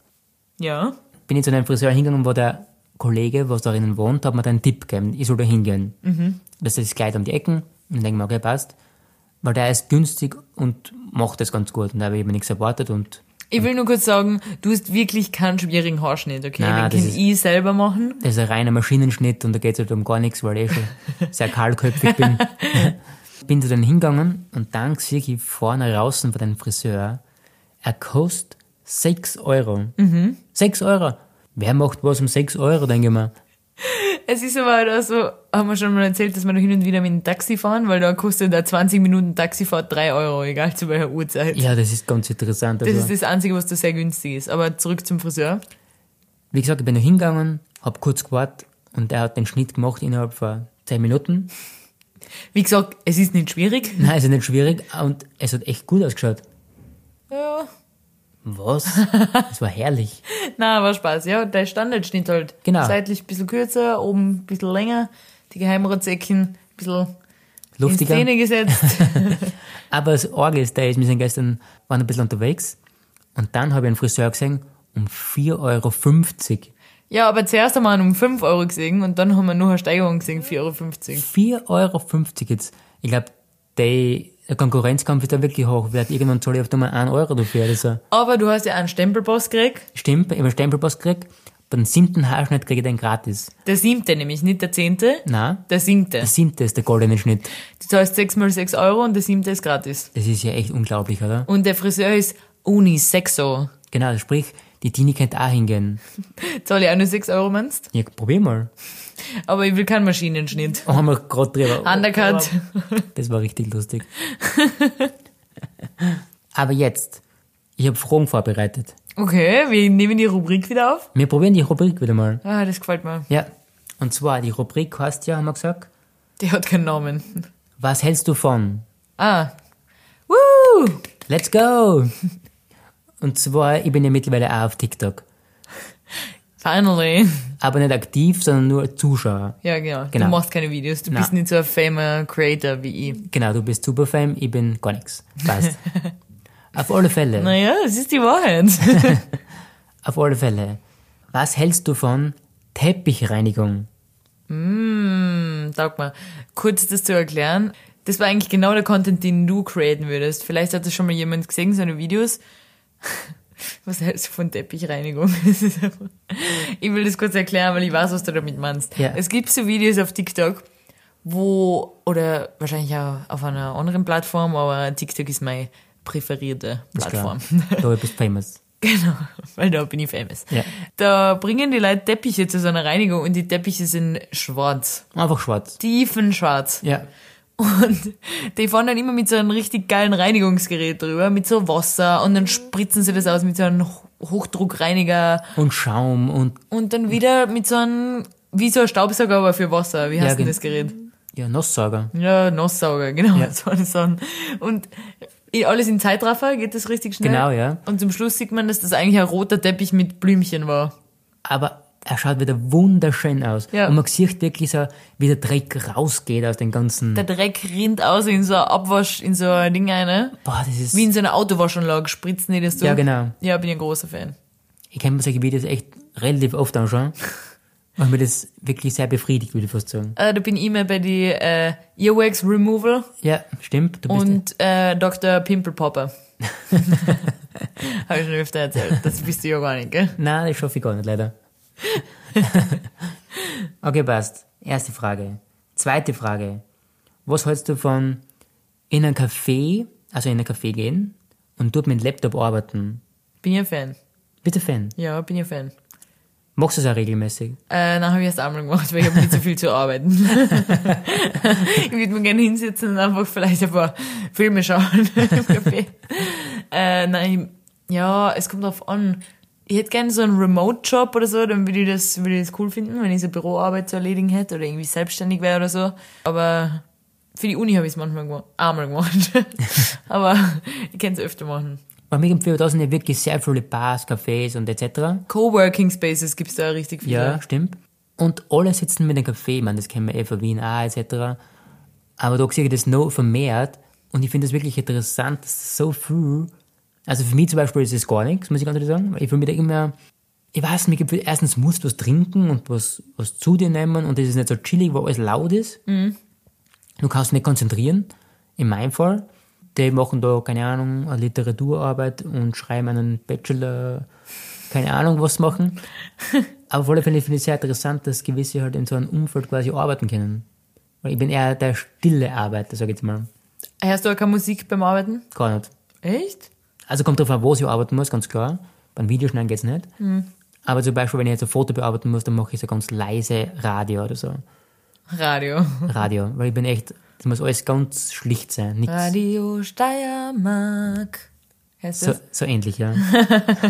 [SPEAKER 4] ja.
[SPEAKER 3] bin ich zu einem Friseur hingegangen, wo der Kollege, was drinnen wohnt, hat mir dann einen Tipp gegeben, ich soll da hingehen.
[SPEAKER 4] Mhm.
[SPEAKER 3] Das ist gleich um die Ecken und denke mir, okay, passt. Weil der ist günstig und macht das ganz gut. Und da habe ich mir nichts erwartet und
[SPEAKER 4] Ich will nur kurz sagen, du hast wirklich keinen schwierigen Haarschnitt, okay?
[SPEAKER 3] Nein,
[SPEAKER 4] Den
[SPEAKER 3] das
[SPEAKER 4] kann
[SPEAKER 3] ist-
[SPEAKER 4] ich selber machen.
[SPEAKER 3] das ist ein reiner Maschinenschnitt und da geht es halt um gar nichts, weil ich eh schon sehr kahlköpfig bin. bin zu denen hingegangen und dann sehe ich vorne draußen von dem Friseur, er kostet 6 Euro.
[SPEAKER 4] Mhm.
[SPEAKER 3] 6 Euro. Wer macht was um 6 Euro, denke ich mir.
[SPEAKER 4] Es ist aber da so, haben wir schon mal erzählt, dass wir da hin und wieder mit dem Taxi fahren, weil da kostet da 20 Minuten Taxifahrt 3 Euro, egal zu welcher Uhrzeit.
[SPEAKER 3] Ja, das ist ganz interessant.
[SPEAKER 4] Das
[SPEAKER 3] Also-
[SPEAKER 4] ist das Einzige, was da sehr günstig ist. Aber zurück zum Friseur.
[SPEAKER 3] Wie gesagt, ich bin da hingegangen, hab kurz gewartet und er hat den Schnitt gemacht innerhalb von 10 Minuten.
[SPEAKER 4] Wie gesagt, es ist nicht schwierig.
[SPEAKER 3] Nein, ist ja nicht schwierig und es hat echt gut ausgeschaut.
[SPEAKER 4] Ja.
[SPEAKER 3] Was? Das war herrlich.
[SPEAKER 4] Na, war Spaß. Ja, der Standardschnitt halt.
[SPEAKER 3] Genau.
[SPEAKER 4] Seitlich ein bisschen kürzer, oben ein bisschen länger, die Geheimratsecken ein bisschen in
[SPEAKER 3] luftiger.
[SPEAKER 4] Szene gesetzt.
[SPEAKER 3] Aber das Orgel ist da, ist, wir sind gestern, waren ein bisschen unterwegs und dann habe ich einen Friseur gesehen um 4,50 Euro.
[SPEAKER 4] ja, aber zuerst haben wir ihn um 5 Euro gesehen und dann haben wir nur eine Steigerung gesehen, 4,50 Euro.
[SPEAKER 3] 4,50 Euro jetzt. Ich glaube, der Konkurrenzkampf ist da wirklich hoch. Vielleicht irgendwann zahle ich auf einmal 1 Euro dafür. Also,
[SPEAKER 4] Aber du hast ja einen Stempelboss gekriegt.
[SPEAKER 3] stimmt, ich habe einen Stempelpass gekriegt. Beim siebten Haarschnitt kriege ich den gratis.
[SPEAKER 4] Der siebte nämlich, nicht der zehnte,
[SPEAKER 3] Nein,
[SPEAKER 4] der siebte.
[SPEAKER 3] der siebte ist der goldene Schnitt.
[SPEAKER 4] Du zahlst 6 mal 6 Euro und der siebte ist gratis.
[SPEAKER 3] Das ist ja echt unglaublich, oder?
[SPEAKER 4] Und der Friseur ist Unisexo.
[SPEAKER 3] Genau, sprich, die Tini könnte auch hingehen.
[SPEAKER 4] Zahle ich auch nur 6 Euro, meinst
[SPEAKER 3] Ja, probier mal.
[SPEAKER 4] Aber ich will keinen Maschinenschnitt.
[SPEAKER 3] Oh, haben wir gerade drüber.
[SPEAKER 4] Undercut.
[SPEAKER 3] Das war richtig lustig. Aber jetzt, ich habe Fragen vorbereitet.
[SPEAKER 4] Okay, wir nehmen die Rubrik wieder auf.
[SPEAKER 3] Wir probieren die Rubrik wieder mal.
[SPEAKER 4] Ah, das gefällt mir.
[SPEAKER 3] Ja, und zwar, die Rubrik heißt ja, haben wir gesagt,
[SPEAKER 4] Die hat keinen Namen.
[SPEAKER 3] was hältst du von?
[SPEAKER 4] Ah. Woo!
[SPEAKER 3] Let's go! Und zwar, ich bin ja mittlerweile auch auf TikTok.
[SPEAKER 4] Finally.
[SPEAKER 3] Aber nicht aktiv, sondern nur Zuschauer.
[SPEAKER 4] Ja, genau.
[SPEAKER 3] Genau.
[SPEAKER 4] Du machst keine Videos. Du
[SPEAKER 3] Na.
[SPEAKER 4] bist nicht so ein famer Creator wie ich.
[SPEAKER 3] Genau, du bist Superfame, ich bin gar nichts. Passt. auf alle Fälle.
[SPEAKER 4] Naja, es ist die Wahrheit.
[SPEAKER 3] Auf alle Fälle. Was hältst du von Teppichreinigung?
[SPEAKER 4] Hm, Sag mal, kurz das zu erklären. Das war eigentlich genau der Content, den du createn würdest. Vielleicht hat das schon mal jemand gesehen, seine Videos. Was hältst du von Teppichreinigung? Das ist einfach- ich will das kurz erklären, weil ich weiß, was du damit meinst.
[SPEAKER 3] Ja.
[SPEAKER 4] Es gibt so Videos auf TikTok, wo, oder wahrscheinlich auch auf einer anderen Plattform, aber TikTok ist meine präferierte
[SPEAKER 3] Ist
[SPEAKER 4] Plattform.
[SPEAKER 3] Klar. Du bist famous.
[SPEAKER 4] Genau, weil da bin ich famous.
[SPEAKER 3] Ja.
[SPEAKER 4] Da bringen die Leute Teppiche zu so einer Reinigung und die Teppiche sind schwarz.
[SPEAKER 3] Einfach schwarz.
[SPEAKER 4] Tiefenschwarz.
[SPEAKER 3] Ja.
[SPEAKER 4] Und die fahren dann immer mit so einem richtig geilen Reinigungsgerät drüber, mit so Wasser und dann spritzen sie das aus mit so einem Ho- Hochdruckreiniger
[SPEAKER 3] Und Schaum und
[SPEAKER 4] und dann wieder mit so einem, wie so ein Staubsauger, aber für Wasser. Wie heißt denn
[SPEAKER 3] gen-
[SPEAKER 4] das Gerät?
[SPEAKER 3] ja, Nasssauger.
[SPEAKER 4] Ja, Nasssauger, genau.
[SPEAKER 3] Ja.
[SPEAKER 4] So eine Sonne. Und eh alles in Zeitraffer geht das richtig schnell.
[SPEAKER 3] Genau, ja.
[SPEAKER 4] Und zum Schluss sieht man, dass das eigentlich ein roter Teppich mit Blümchen war.
[SPEAKER 3] Aber er schaut wieder wunderschön aus.
[SPEAKER 4] Ja.
[SPEAKER 3] Und man sieht wirklich so, wie der Dreck rausgeht aus den ganzen.
[SPEAKER 4] Der Dreck rinnt aus in so ein Abwasch, in so ein Ding rein. ne?
[SPEAKER 3] Boah, das ist.
[SPEAKER 4] Wie in so einer Autowaschanlage spritzen die das durch.
[SPEAKER 3] Ja, genau.
[SPEAKER 4] Ja, bin ich ein großer Fan.
[SPEAKER 3] Ich kann mir solche Videos echt relativ oft anschauen. Und mir das wirklich sehr befriedigt, würde ich fast sagen.
[SPEAKER 4] Äh, da bin ich immer bei die äh, Earwax Removal
[SPEAKER 3] Ja, stimmt. Du bist
[SPEAKER 4] und äh, Dr. Pimple Popper. Habe ich schon öfter erzählt. Das bist du ja gar nicht, gell?
[SPEAKER 3] Nein, das schaffe ich gar nicht, leider. okay, passt. Erste Frage. Zweite Frage. Was hältst du von in ein Café, also in ein Café gehen und dort mit dem Laptop arbeiten?
[SPEAKER 4] Bin ich ein Fan.
[SPEAKER 3] Bitte Fan.
[SPEAKER 4] Ja, bin ich ein Fan.
[SPEAKER 3] Machst du es auch regelmäßig?
[SPEAKER 4] Äh, dann habe ich erst einmal gemacht, weil ich habe nicht so viel zu arbeiten. ich würde mir gerne hinsetzen und einfach vielleicht ein paar Filme schauen im Café. Äh, nein, ich- ja, es kommt drauf an. Ich hätte gerne so einen Remote-Job oder so, dann würde ich, das, würde ich das cool finden, wenn ich so Büroarbeit zu erledigen hätte oder irgendwie selbstständig wäre oder so. Aber für die Uni habe ich es manchmal gemacht, einmal gemacht. Aber ich kann es öfter machen.
[SPEAKER 3] Bei mir im 4000 ja wirklich sehr viele Bars, Cafés und etc.
[SPEAKER 4] Coworking Spaces gibt's da richtig viele.
[SPEAKER 3] Ja, stimmt. Und alle sitzen mit einem Café, man, das kennen wir eh von Wien auch, etc. Aber da sehe ich das noch vermehrt und ich finde das wirklich interessant, dass so viel. Also für mich zum Beispiel ist es gar nichts, muss ich ganz ehrlich sagen. weil Ich fühle mich da immer, ich weiß nicht, mir gibt- erstens musst du was trinken und was, was zu dir nehmen und das ist nicht so chillig, weil alles laut ist. Du kannst dich nicht konzentrieren, in meinem Fall. Die machen da, keine Ahnung, eine Literaturarbeit und schreiben einen Bachelor, keine Ahnung, was machen. Aber auf alle Fälle finde ich es sehr interessant, dass gewisse halt in so einem Umfeld quasi arbeiten können. Weil ich bin eher der stille Arbeiter, sage ich jetzt mal.
[SPEAKER 4] Hörst du auch keine Musik beim Arbeiten?
[SPEAKER 3] Gar nicht.
[SPEAKER 4] Echt?
[SPEAKER 3] Also kommt drauf an, wo ich arbeiten muss, ganz klar. Beim Videoschneiden geht es nicht.
[SPEAKER 4] Mhm.
[SPEAKER 3] Aber zum Beispiel, wenn ich jetzt ein Foto bearbeiten muss, dann mache ich so ganz leise Radio oder
[SPEAKER 4] Mhm.
[SPEAKER 3] so.
[SPEAKER 4] Radio.
[SPEAKER 3] Radio. Weil ich bin echt, das muss alles ganz schlicht sein. Nichts.
[SPEAKER 4] Radio Steiermark. Heißt
[SPEAKER 3] So,
[SPEAKER 4] das?
[SPEAKER 3] so ähnlich, ja.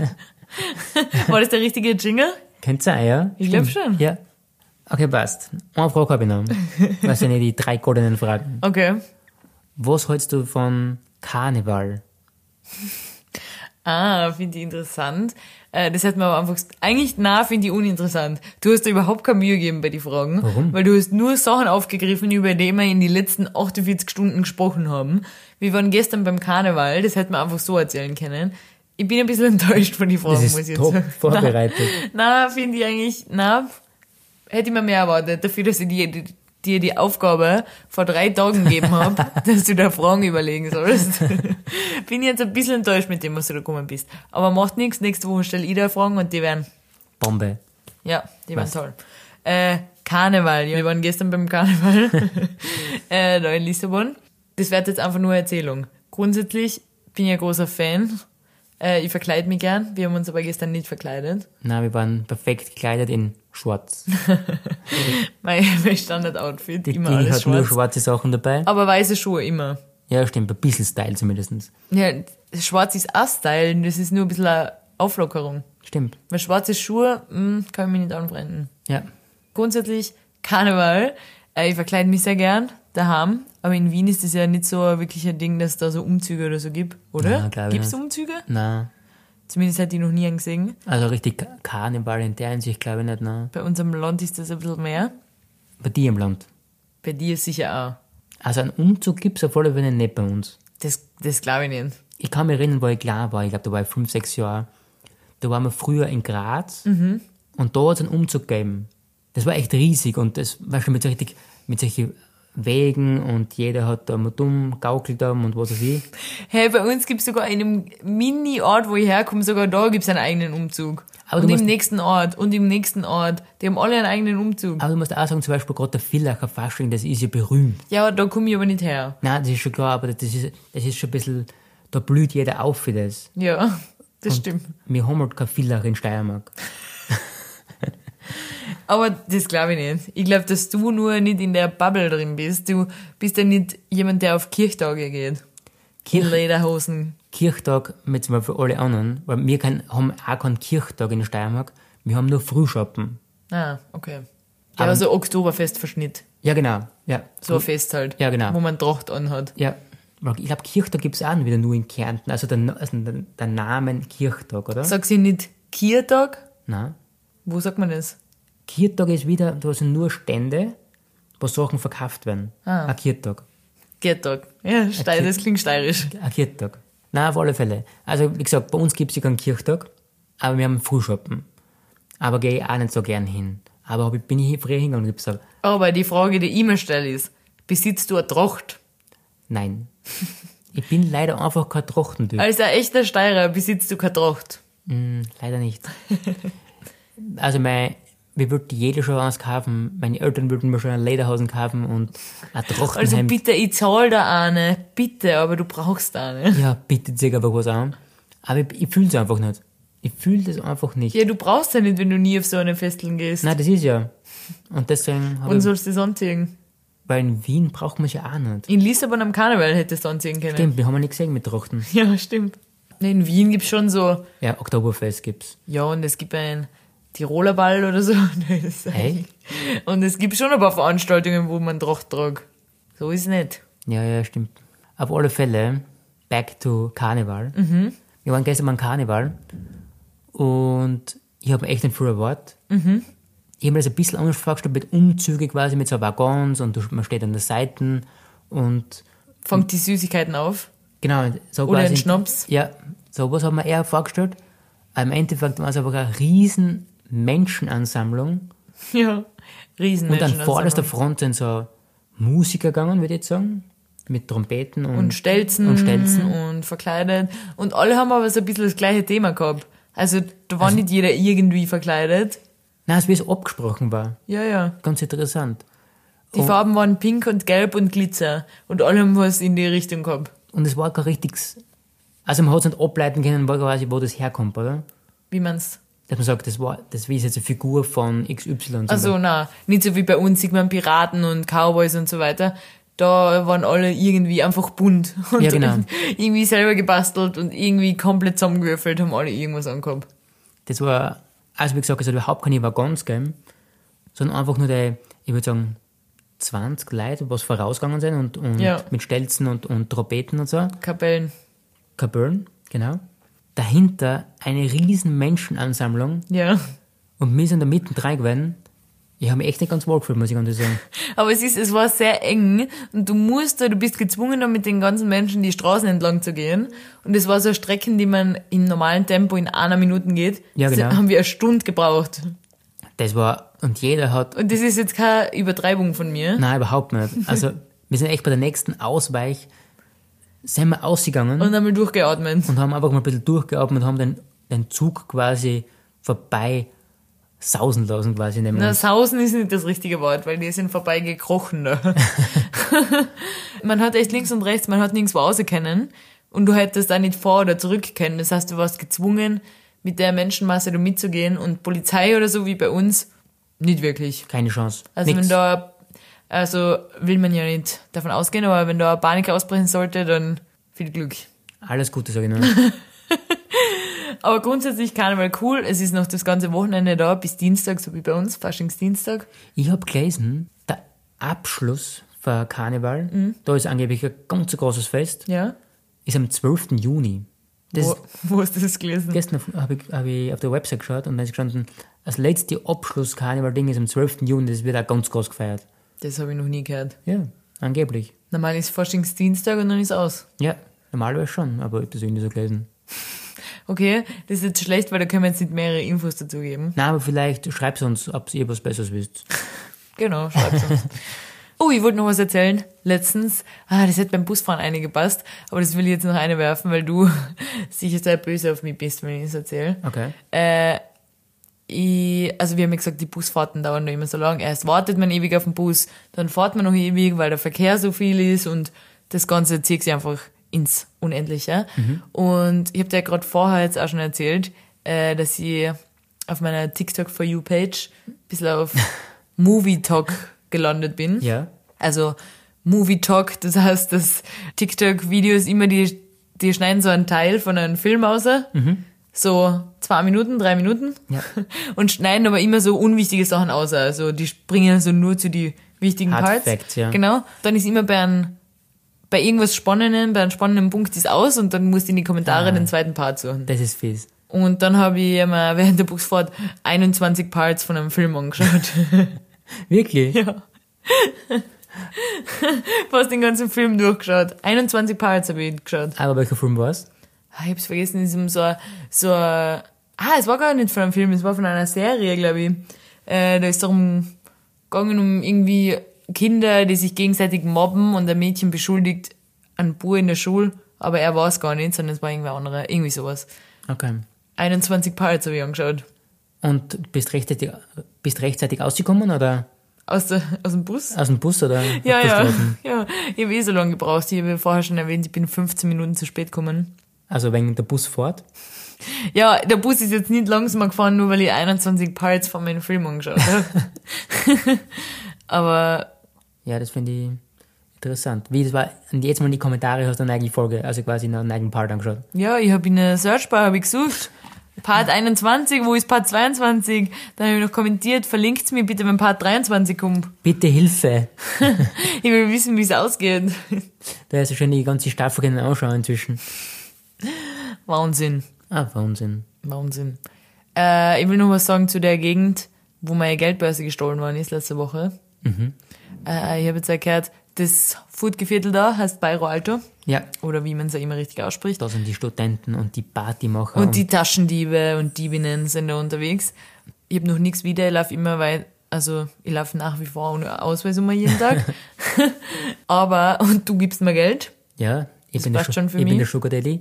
[SPEAKER 4] War das der richtige Jingle?
[SPEAKER 3] Könnt's sein, ja?
[SPEAKER 4] Ich glaub
[SPEAKER 3] Stimmt.
[SPEAKER 4] schon.
[SPEAKER 3] Ja. Okay, passt. Eine Frage habe ich noch. Was sind ja die drei goldenen Fragen?
[SPEAKER 4] Okay.
[SPEAKER 3] Was hältst du von Karneval?
[SPEAKER 4] Ah, finde ich interessant. Äh, das hat mir aber einfach, gesagt, eigentlich, na, finde ich uninteressant. Du hast da überhaupt keine Mühe gegeben bei den Fragen.
[SPEAKER 3] Warum?
[SPEAKER 4] Weil du hast nur Sachen aufgegriffen, über die wir in den letzten 48 Stunden gesprochen haben. Wir waren gestern beim Karneval, das hätten wir einfach so erzählen können. Ich bin ein bisschen enttäuscht von den Fragen,
[SPEAKER 3] Das ist
[SPEAKER 4] muss ich jetzt
[SPEAKER 3] top
[SPEAKER 4] sagen.
[SPEAKER 3] vorbereitet.
[SPEAKER 4] Na, finde ich eigentlich, na, hätte ich mir mehr erwartet, dafür, dass ich dir die, dir die Aufgabe vor drei Tagen gegeben habe, dass du da Fragen überlegen sollst. Bin jetzt ein bisschen enttäuscht mit dem, was du da gekommen bist. Aber macht nichts, nächste Woche stelle ich da Fragen und die werden,
[SPEAKER 3] Bombe.
[SPEAKER 4] ja, die werden
[SPEAKER 3] Was?
[SPEAKER 4] toll. Äh, Karneval, ja, wir waren gestern beim Karneval, äh, da in Lissabon. Das wird jetzt einfach nur Erzählung. Grundsätzlich bin ich ein großer Fan. Äh, ich verkleide mich gern. Wir haben uns aber gestern nicht verkleidet.
[SPEAKER 3] Na, wir waren perfekt gekleidet in Schwarz.
[SPEAKER 4] Mein, mein Standard-Outfit,
[SPEAKER 3] Die
[SPEAKER 4] immer
[SPEAKER 3] Dini
[SPEAKER 4] alles
[SPEAKER 3] hat nur
[SPEAKER 4] schwarz.
[SPEAKER 3] schwarze Sachen dabei.
[SPEAKER 4] Aber weiße Schuhe immer.
[SPEAKER 3] Ja, stimmt, ein bisschen Style zumindest.
[SPEAKER 4] Ja, schwarz ist auch Style, das ist nur ein bisschen eine Auflockerung.
[SPEAKER 3] Stimmt.
[SPEAKER 4] Weil schwarze Schuhe, mh, kann ich mich nicht anbrennen.
[SPEAKER 3] Ja.
[SPEAKER 4] Grundsätzlich Karneval, äh, ich verkleide mich sehr gern, daheim. Aber in Wien ist das ja nicht so wirklich ein Ding, dass es da so Umzüge oder so gibt, oder?
[SPEAKER 3] Ja, glaub ich
[SPEAKER 4] Gibt es
[SPEAKER 3] nicht.
[SPEAKER 4] Umzüge?
[SPEAKER 3] Na,
[SPEAKER 4] Zumindest hat die noch nie einen gesehen.
[SPEAKER 3] also richtig Ka- Karneval in der Hinsicht glaube ich nicht, na.
[SPEAKER 4] Bei unserem Land ist das ein bisschen mehr.
[SPEAKER 3] Bei dir im Land.
[SPEAKER 4] Bei dir sicher auch.
[SPEAKER 3] Also einen Umzug gibt's auf alle Fälle nicht bei uns.
[SPEAKER 4] Das, das glaube ich nicht.
[SPEAKER 3] Ich kann mich erinnern, wo ich klein war. Ich glaube, da war ich fünf, sechs Jahre. Da waren wir früher in Graz
[SPEAKER 4] Mhm.
[SPEAKER 3] und da hat es einen Umzug gegeben. Das war echt riesig und das war schon mit so richtig, mit solchen Wegen und jeder hat da mal dumm gaukelt haben und was weiß ich.
[SPEAKER 4] Hey, bei uns gibt's sogar in einem Mini-Ort, wo ich herkomme, sogar da gibt's einen eigenen Umzug.
[SPEAKER 3] Aber du
[SPEAKER 4] und im
[SPEAKER 3] musst-
[SPEAKER 4] nächsten Ort und im nächsten Ort. Die haben alle einen eigenen Umzug.
[SPEAKER 3] Aber du musst auch sagen, zum Beispiel gerade der Villacher Fasching, das ist ja berühmt.
[SPEAKER 4] Ja, da komme ich aber nicht her.
[SPEAKER 3] Nein, das ist schon klar, aber das ist, das ist schon ein bisschen, da blüht jeder auf für das.
[SPEAKER 4] Ja, das stimmt.
[SPEAKER 3] Wir haben halt kein Villach in Steiermark.
[SPEAKER 4] Aber das glaube ich nicht. Ich glaube, dass du nur nicht in der Bubble drin bist. Du bist ja nicht jemand, der auf Kirchtage geht. In
[SPEAKER 3] Kirch,
[SPEAKER 4] Lederhosen.
[SPEAKER 3] Kirchtag mit zum Beispiel alle anderen, weil wir kein, haben auch keinen Kirchtag in der Steiermark, wir haben nur Frühschoppen.
[SPEAKER 4] Ah, okay. Ja,
[SPEAKER 3] Aber-
[SPEAKER 4] also Oktoberfestverschnitt.
[SPEAKER 3] Ja, genau. Ja,
[SPEAKER 4] So ein Fest halt.
[SPEAKER 3] Ja, genau.
[SPEAKER 4] Wo man Tracht anhat.
[SPEAKER 3] ja. Weil Ich glaube, Kirchtag gibt es auch wieder nur in Kärnten. Also der, Na- also der, der Name Kirchtag, oder?
[SPEAKER 4] Sagst du nicht Kirtag?
[SPEAKER 3] Nein.
[SPEAKER 4] Wo sagt man das?
[SPEAKER 3] Kirchtag ist wieder, da sind nur Stände, wo Sachen verkauft werden.
[SPEAKER 4] Ah.
[SPEAKER 3] Ein Kirchtag.
[SPEAKER 4] Kirtag. Ja, steil,
[SPEAKER 3] Kirt-
[SPEAKER 4] das klingt steirisch.
[SPEAKER 3] Ein Kirchtag. Nein, auf alle Fälle. Also, wie gesagt, bei uns gibt es ja keinen Kirchtag, aber wir haben Frühschoppen. Aber gehe ich auch nicht so gern hin. Aber hab ich, bin ich früher hingegangen und hab gesagt,
[SPEAKER 4] Aber die Frage, die ich mir stelle, ist, besitzt du eine Tracht?
[SPEAKER 3] nein. ich bin leider einfach kein Trachtentyp.
[SPEAKER 4] Als ein echter Steirer besitzt du keine Tracht.
[SPEAKER 3] Mm, leider nicht. also mein, wir würden jede schon was kaufen. Meine Eltern würden mir schon einen Lederhosen kaufen und ein
[SPEAKER 4] Also
[SPEAKER 3] Trachtenhemd.
[SPEAKER 4] bitte, ich zahl da eine. Bitte, aber du brauchst da eine.
[SPEAKER 3] ja, bitte zieh einfach was an. Aber ich, ich fühle es einfach nicht. Ich fühle das einfach nicht.
[SPEAKER 4] Ja, du brauchst ja nicht, wenn du nie auf so eine Festeln gehst.
[SPEAKER 3] Nein, das ist ja. Und deswegen habe
[SPEAKER 4] Und
[SPEAKER 3] ich,
[SPEAKER 4] sollst du es anziehen.
[SPEAKER 3] weil in Wien braucht man es ja auch nicht.
[SPEAKER 4] In Lissabon am Karneval hättest du anziehen können.
[SPEAKER 3] Stimmt, wir haben ja nicht gesehen mit Trachten.
[SPEAKER 4] Ja, stimmt. Nee, in Wien gibt's schon so,
[SPEAKER 3] Ja, Oktoberfest gibt's.
[SPEAKER 4] ja, und es gibt einen Tiroler Ball oder so. Nee, das-
[SPEAKER 3] Hey?
[SPEAKER 4] Und es gibt schon ein paar Veranstaltungen, wo man Tracht tragt. So ist nicht.
[SPEAKER 3] Ja, ja, stimmt. Auf alle Fälle, back to Karneval.
[SPEAKER 4] Mhm.
[SPEAKER 3] Wir waren gestern beim Karneval und ich habe echt nicht viel erwartet.
[SPEAKER 4] Mhm.
[SPEAKER 3] Ich habe mir das ein bisschen anders vorgestellt mit Umzüge quasi, mit so Waggons und du- man steht an der Seite und Hm.
[SPEAKER 4] Fangt die Süßigkeiten auf.
[SPEAKER 3] genau. So
[SPEAKER 4] Oder
[SPEAKER 3] quasi,
[SPEAKER 4] ein Schnaps.
[SPEAKER 3] Ja, sowas haben wir eher vorgestellt. Im Endeffekt war es aber eine riesen Menschenansammlung
[SPEAKER 4] Ja.
[SPEAKER 3] und an
[SPEAKER 4] Riesenmenschen.
[SPEAKER 3] vorderster Front sind so Musiker gegangen, würde ich jetzt sagen, mit Trompeten und,
[SPEAKER 4] und Stelzen
[SPEAKER 3] und Stelzen.
[SPEAKER 4] und verkleidet. Und alle haben aber so ein bisschen das gleiche Thema gehabt. Also da war nicht jeder irgendwie verkleidet.
[SPEAKER 3] Nein, es wie es abgesprochen war.
[SPEAKER 4] Ja, ja.
[SPEAKER 3] Ganz interessant.
[SPEAKER 4] Die
[SPEAKER 3] Oh.
[SPEAKER 4] Farben waren pink und gelb und Glitzer. Und alle haben was in die Richtung gehabt.
[SPEAKER 3] Und es war kein richtiges. Also man hat es nicht ableiten können, wo quasi, wo das herkommt, oder?
[SPEAKER 4] Wie man's.
[SPEAKER 3] Dass man sagt, das war, das ist jetzt eine Figur von XY. zum
[SPEAKER 4] Also na, nicht so wie bei uns sieht man Piraten und Cowboys und so weiter. Da waren alle irgendwie einfach bunt und
[SPEAKER 3] Ja, genau.
[SPEAKER 4] irgendwie selber gebastelt und irgendwie komplett zusammengewürfelt haben alle irgendwas angehabt.
[SPEAKER 3] Das war, also wie gesagt, es hat überhaupt keine Waggons gegeben, sondern einfach nur die, ich würde sagen, 20 Leute, was vorausgegangen sind und, und
[SPEAKER 4] Ja.
[SPEAKER 3] mit Stelzen und, und Trompeten und so.
[SPEAKER 4] Kapellen.
[SPEAKER 3] Kabeln, genau. dahinter eine riesen Menschenansammlung
[SPEAKER 4] Ja.
[SPEAKER 3] und wir sind da mittendrin gewesen. Ich habe mich echt nicht ganz wohl gefühlt, muss ich ganz ehrlich sagen.
[SPEAKER 4] Aber es ist, es war sehr eng und du musst, da- du bist gezwungen, da mit den ganzen Menschen die Straßen entlang zu gehen. Und es war so Strecken, die man im normalen Tempo in einer Minute geht.
[SPEAKER 3] Ja,
[SPEAKER 4] Das
[SPEAKER 3] genau.
[SPEAKER 4] haben wir eine Stunde gebraucht.
[SPEAKER 3] Das war, und jeder hat,
[SPEAKER 4] Und das ist jetzt keine Übertreibung von mir.
[SPEAKER 3] nein, überhaupt nicht. Also, wir sind echt bei der nächsten Ausweich, sind wir ausgegangen
[SPEAKER 4] Und einmal durchgeatmet.
[SPEAKER 3] und haben einfach mal ein bisschen durchgeatmet und haben den, den Zug quasi vorbei sausen lassen, quasi. Neben
[SPEAKER 4] Na,
[SPEAKER 3] uns.
[SPEAKER 4] Ne, sausen ist nicht das richtige Wort, weil die sind vorbei gekrochen da. man hat echt links und rechts, man hat nirgendwo rauskennen. Und du hättest da nicht vor oder zurück können. Das heißt, du warst gezwungen, mit der Menschenmasse da mitzugehen und Polizei oder so wie bei uns, nicht wirklich.
[SPEAKER 3] Keine Chance.
[SPEAKER 4] Also
[SPEAKER 3] Nix.
[SPEAKER 4] wenn da, also will man ja nicht davon ausgehen, aber wenn da Panik ausbrechen sollte, dann viel Glück.
[SPEAKER 3] Alles Gute, sage ich nur.
[SPEAKER 4] Aber grundsätzlich Karneval cool. Es ist noch das ganze Wochenende da, bis Dienstag, so wie bei uns, Faschingsdienstag.
[SPEAKER 3] Ich habe gelesen, der Abschluss für Karneval,
[SPEAKER 4] Mhm.
[SPEAKER 3] da ist angeblich ein ganz großes Fest,
[SPEAKER 4] Ja.
[SPEAKER 3] ist am 12. Juni. Das
[SPEAKER 4] wo, wo hast du das gelesen?
[SPEAKER 3] Gestern habe ich, hab ich auf der Website geschaut und da ist gestanden, das letzte Abschluss-Karneval-Ding ist am 12. Juni, das wird auch ganz groß gefeiert.
[SPEAKER 4] Das habe ich noch nie gehört.
[SPEAKER 3] Ja, angeblich.
[SPEAKER 4] Normal ist Faschingsdienstag und dann ist aus.
[SPEAKER 3] Ja, normalerweise schon, aber ich habe das irgendwie so gelesen.
[SPEAKER 4] Okay, das ist jetzt schlecht, weil da können wir jetzt nicht mehrere Infos dazu geben.
[SPEAKER 3] Na, aber vielleicht schreibt uns, ob ihr was Besseres wisst.
[SPEAKER 4] Genau, schreib's uns. Oh, ich wollte noch was erzählen. Letztens, ah, das hätte beim Busfahren eine gepasst, aber das will ich jetzt noch eine werfen, weil du sicher sehr böse auf mich bist, wenn ich es erzähle.
[SPEAKER 3] Okay.
[SPEAKER 4] Äh, ich, also wir haben ja gesagt, die Busfahrten dauern da immer so lang. Erst wartet man ewig auf den Bus, dann fährt man noch ewig, weil der Verkehr so viel ist und das Ganze zieht sich einfach ins Unendliche. Und ich habe dir gerade vorher jetzt auch schon erzählt, äh, dass ich auf meiner TikTok for You Page ein bisschen auf Movie Talk gelandet bin.
[SPEAKER 3] Ja.
[SPEAKER 4] Also Movie Talk, das heißt, dass TikTok-Videos immer die, die schneiden so einen Teil von einem Film aus. So zwei Minuten, drei Minuten.
[SPEAKER 3] Mhm. Ja.
[SPEAKER 4] Und schneiden aber immer so unwichtige Sachen aus. Also die springen so nur zu die wichtigen
[SPEAKER 3] Hard
[SPEAKER 4] Parts.
[SPEAKER 3] Facts, ja.
[SPEAKER 4] Genau. Dann ist immer bei einem bei irgendwas Spannendem, bei einem spannenden Punkt ist aus und dann musst du in die Kommentare
[SPEAKER 3] Ah.
[SPEAKER 4] den zweiten Part suchen.
[SPEAKER 3] Das ist fies.
[SPEAKER 4] Und dann habe ich mir während der Buchsfahrt 21 Parts von einem Film angeschaut.
[SPEAKER 3] Wirklich?
[SPEAKER 4] Ja. Fast den ganzen Film durchgeschaut. 21 Parts habe ich geschaut.
[SPEAKER 3] Aber welcher Film war's?
[SPEAKER 4] Ah, Ich hab's vergessen, es ist um so ein, so ein, Ah, es war gar nicht von einem Film, es war von einer Serie, glaube ich. Äh, da ist darum gegangen, um irgendwie Kinder, die sich gegenseitig mobben und ein Mädchen beschuldigt einen Bub in der Schule, aber er war es gar nicht, sondern es war irgendwer anderer. Irgendwie sowas.
[SPEAKER 3] Okay.
[SPEAKER 4] 21 Parts habe ich angeschaut.
[SPEAKER 3] Und bist rechtzeitig, bist rechtzeitig ausgekommen oder
[SPEAKER 4] Aus, der, aus dem Bus?
[SPEAKER 3] aus dem Bus oder?
[SPEAKER 4] Ja, ja,
[SPEAKER 3] Abgestoßen?
[SPEAKER 4] ja. Ich habe eh so lange gebraucht. Ich habe ja vorher schon erwähnt, ich bin 15 Minuten zu spät gekommen.
[SPEAKER 3] Also wegen der Busfahrt?
[SPEAKER 4] Ja, der Bus ist jetzt nicht langsamer gefahren, nur weil ich 21 Parts von meinem Film angeschaut habe. Aber
[SPEAKER 3] Ja, das finde ich interessant. Wie das war, und jetzt mal in die Kommentare hast du eine eigene Folge, also quasi noch einen eigenen Part angeschaut.
[SPEAKER 4] ja, ich habe in der Searchbar hab ich gesucht. Part 21, wo ist Part 22? Dann habe ich noch kommentiert, verlinkt's mir bitte, wenn Part 23 kommt.
[SPEAKER 3] Bitte Hilfe!
[SPEAKER 4] Ich will wissen, wie es ausgeht.
[SPEAKER 3] Da ist ja schon die ganze Staffel können anschauen inzwischen.
[SPEAKER 4] Wahnsinn.
[SPEAKER 3] Ah, Wahnsinn.
[SPEAKER 4] Wahnsinn. Äh, ich will noch was sagen zu der Gegend, wo meine Geldbörse gestohlen worden ist letzte Woche. Äh, ich habe jetzt erklärt, das Foodgeviertel da heißt Bairro Alto.
[SPEAKER 3] Ja,
[SPEAKER 4] Oder wie man es ja immer richtig ausspricht.
[SPEAKER 3] da sind die Studenten und die Partymacher.
[SPEAKER 4] Und die Taschendiebe und Diebinnen sind da unterwegs. Ich habe noch nichts wieder, ich laufe immer weit, also ich laufe nach wie vor ohne Ausweis immer jeden Tag. Aber, und du gibst mir Geld.
[SPEAKER 3] ja, ich, bin der,
[SPEAKER 4] passt
[SPEAKER 3] Schu-
[SPEAKER 4] schon für
[SPEAKER 3] ich bin
[SPEAKER 4] mich.
[SPEAKER 3] der Sugar Daddy.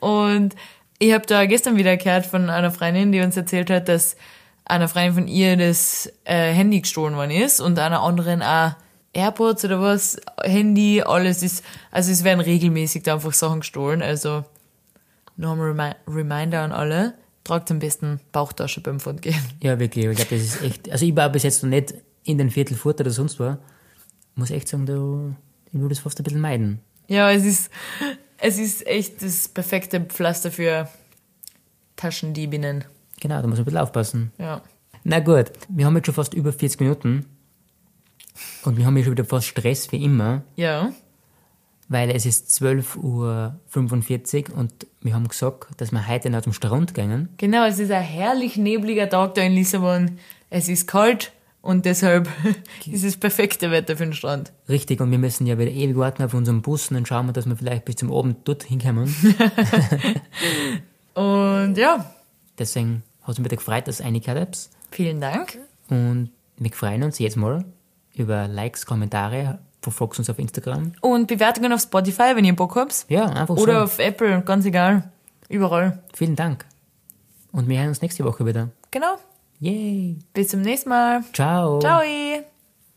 [SPEAKER 4] Und ich habe da gestern wieder gehört von einer Freundin, die uns erzählt hat, dass einer Freundin von ihr das äh, Handy gestohlen worden ist und einer anderen auch AirPods oder was, Handy, alles ist, also es werden regelmäßig da einfach Sachen gestohlen, also nochmal Remi Reminder an alle, tragt am besten Bauchtasche beim Fortgehen.
[SPEAKER 3] Ja, wirklich, ich glaube, das ist echt, also ich war bis jetzt noch nicht in den Viertel Furt oder sonst wo. Muss echt sagen, da, ich würde das fast ein bisschen meiden.
[SPEAKER 4] Ja, es ist, es ist echt das perfekte Pflaster für Taschendiebinnen,
[SPEAKER 3] Genau, da muss man ein bisschen aufpassen.
[SPEAKER 4] ja.
[SPEAKER 3] Na gut, wir haben jetzt schon fast über 40 Minuten und wir haben ja schon wieder fast Stress wie immer.
[SPEAKER 4] Ja,
[SPEAKER 3] weil es ist 12.45 Uhr und wir haben gesagt, dass wir heute noch zum Strand gehen.
[SPEAKER 4] Genau, es ist ein herrlich nebliger Tag da in Lissabon. Es ist kalt und deshalb ist es perfekte Wetter für den Strand.
[SPEAKER 3] Richtig, und wir müssen ja wieder ewig warten auf unseren Bus und dann schauen wir, dass wir vielleicht bis zum Abend dort hinkommen.
[SPEAKER 4] Und ja,
[SPEAKER 3] Deswegen hat es mich wieder gefreut, dass ihr eingehört habt.
[SPEAKER 4] vielen Dank.
[SPEAKER 3] Und wir freuen uns jetzt mal über Likes, Kommentare, verfolgt uns auf Instagram.
[SPEAKER 4] Und Bewertungen auf Spotify, wenn ihr Bock habt.
[SPEAKER 3] Ja, einfach
[SPEAKER 4] Oder
[SPEAKER 3] so.
[SPEAKER 4] auf Apple, ganz egal. Überall.
[SPEAKER 3] Vielen Dank. Und wir hören uns nächste Woche wieder.
[SPEAKER 4] Genau.
[SPEAKER 3] Yay.
[SPEAKER 4] Bis zum nächsten Mal.
[SPEAKER 3] Ciao.
[SPEAKER 4] Ciao.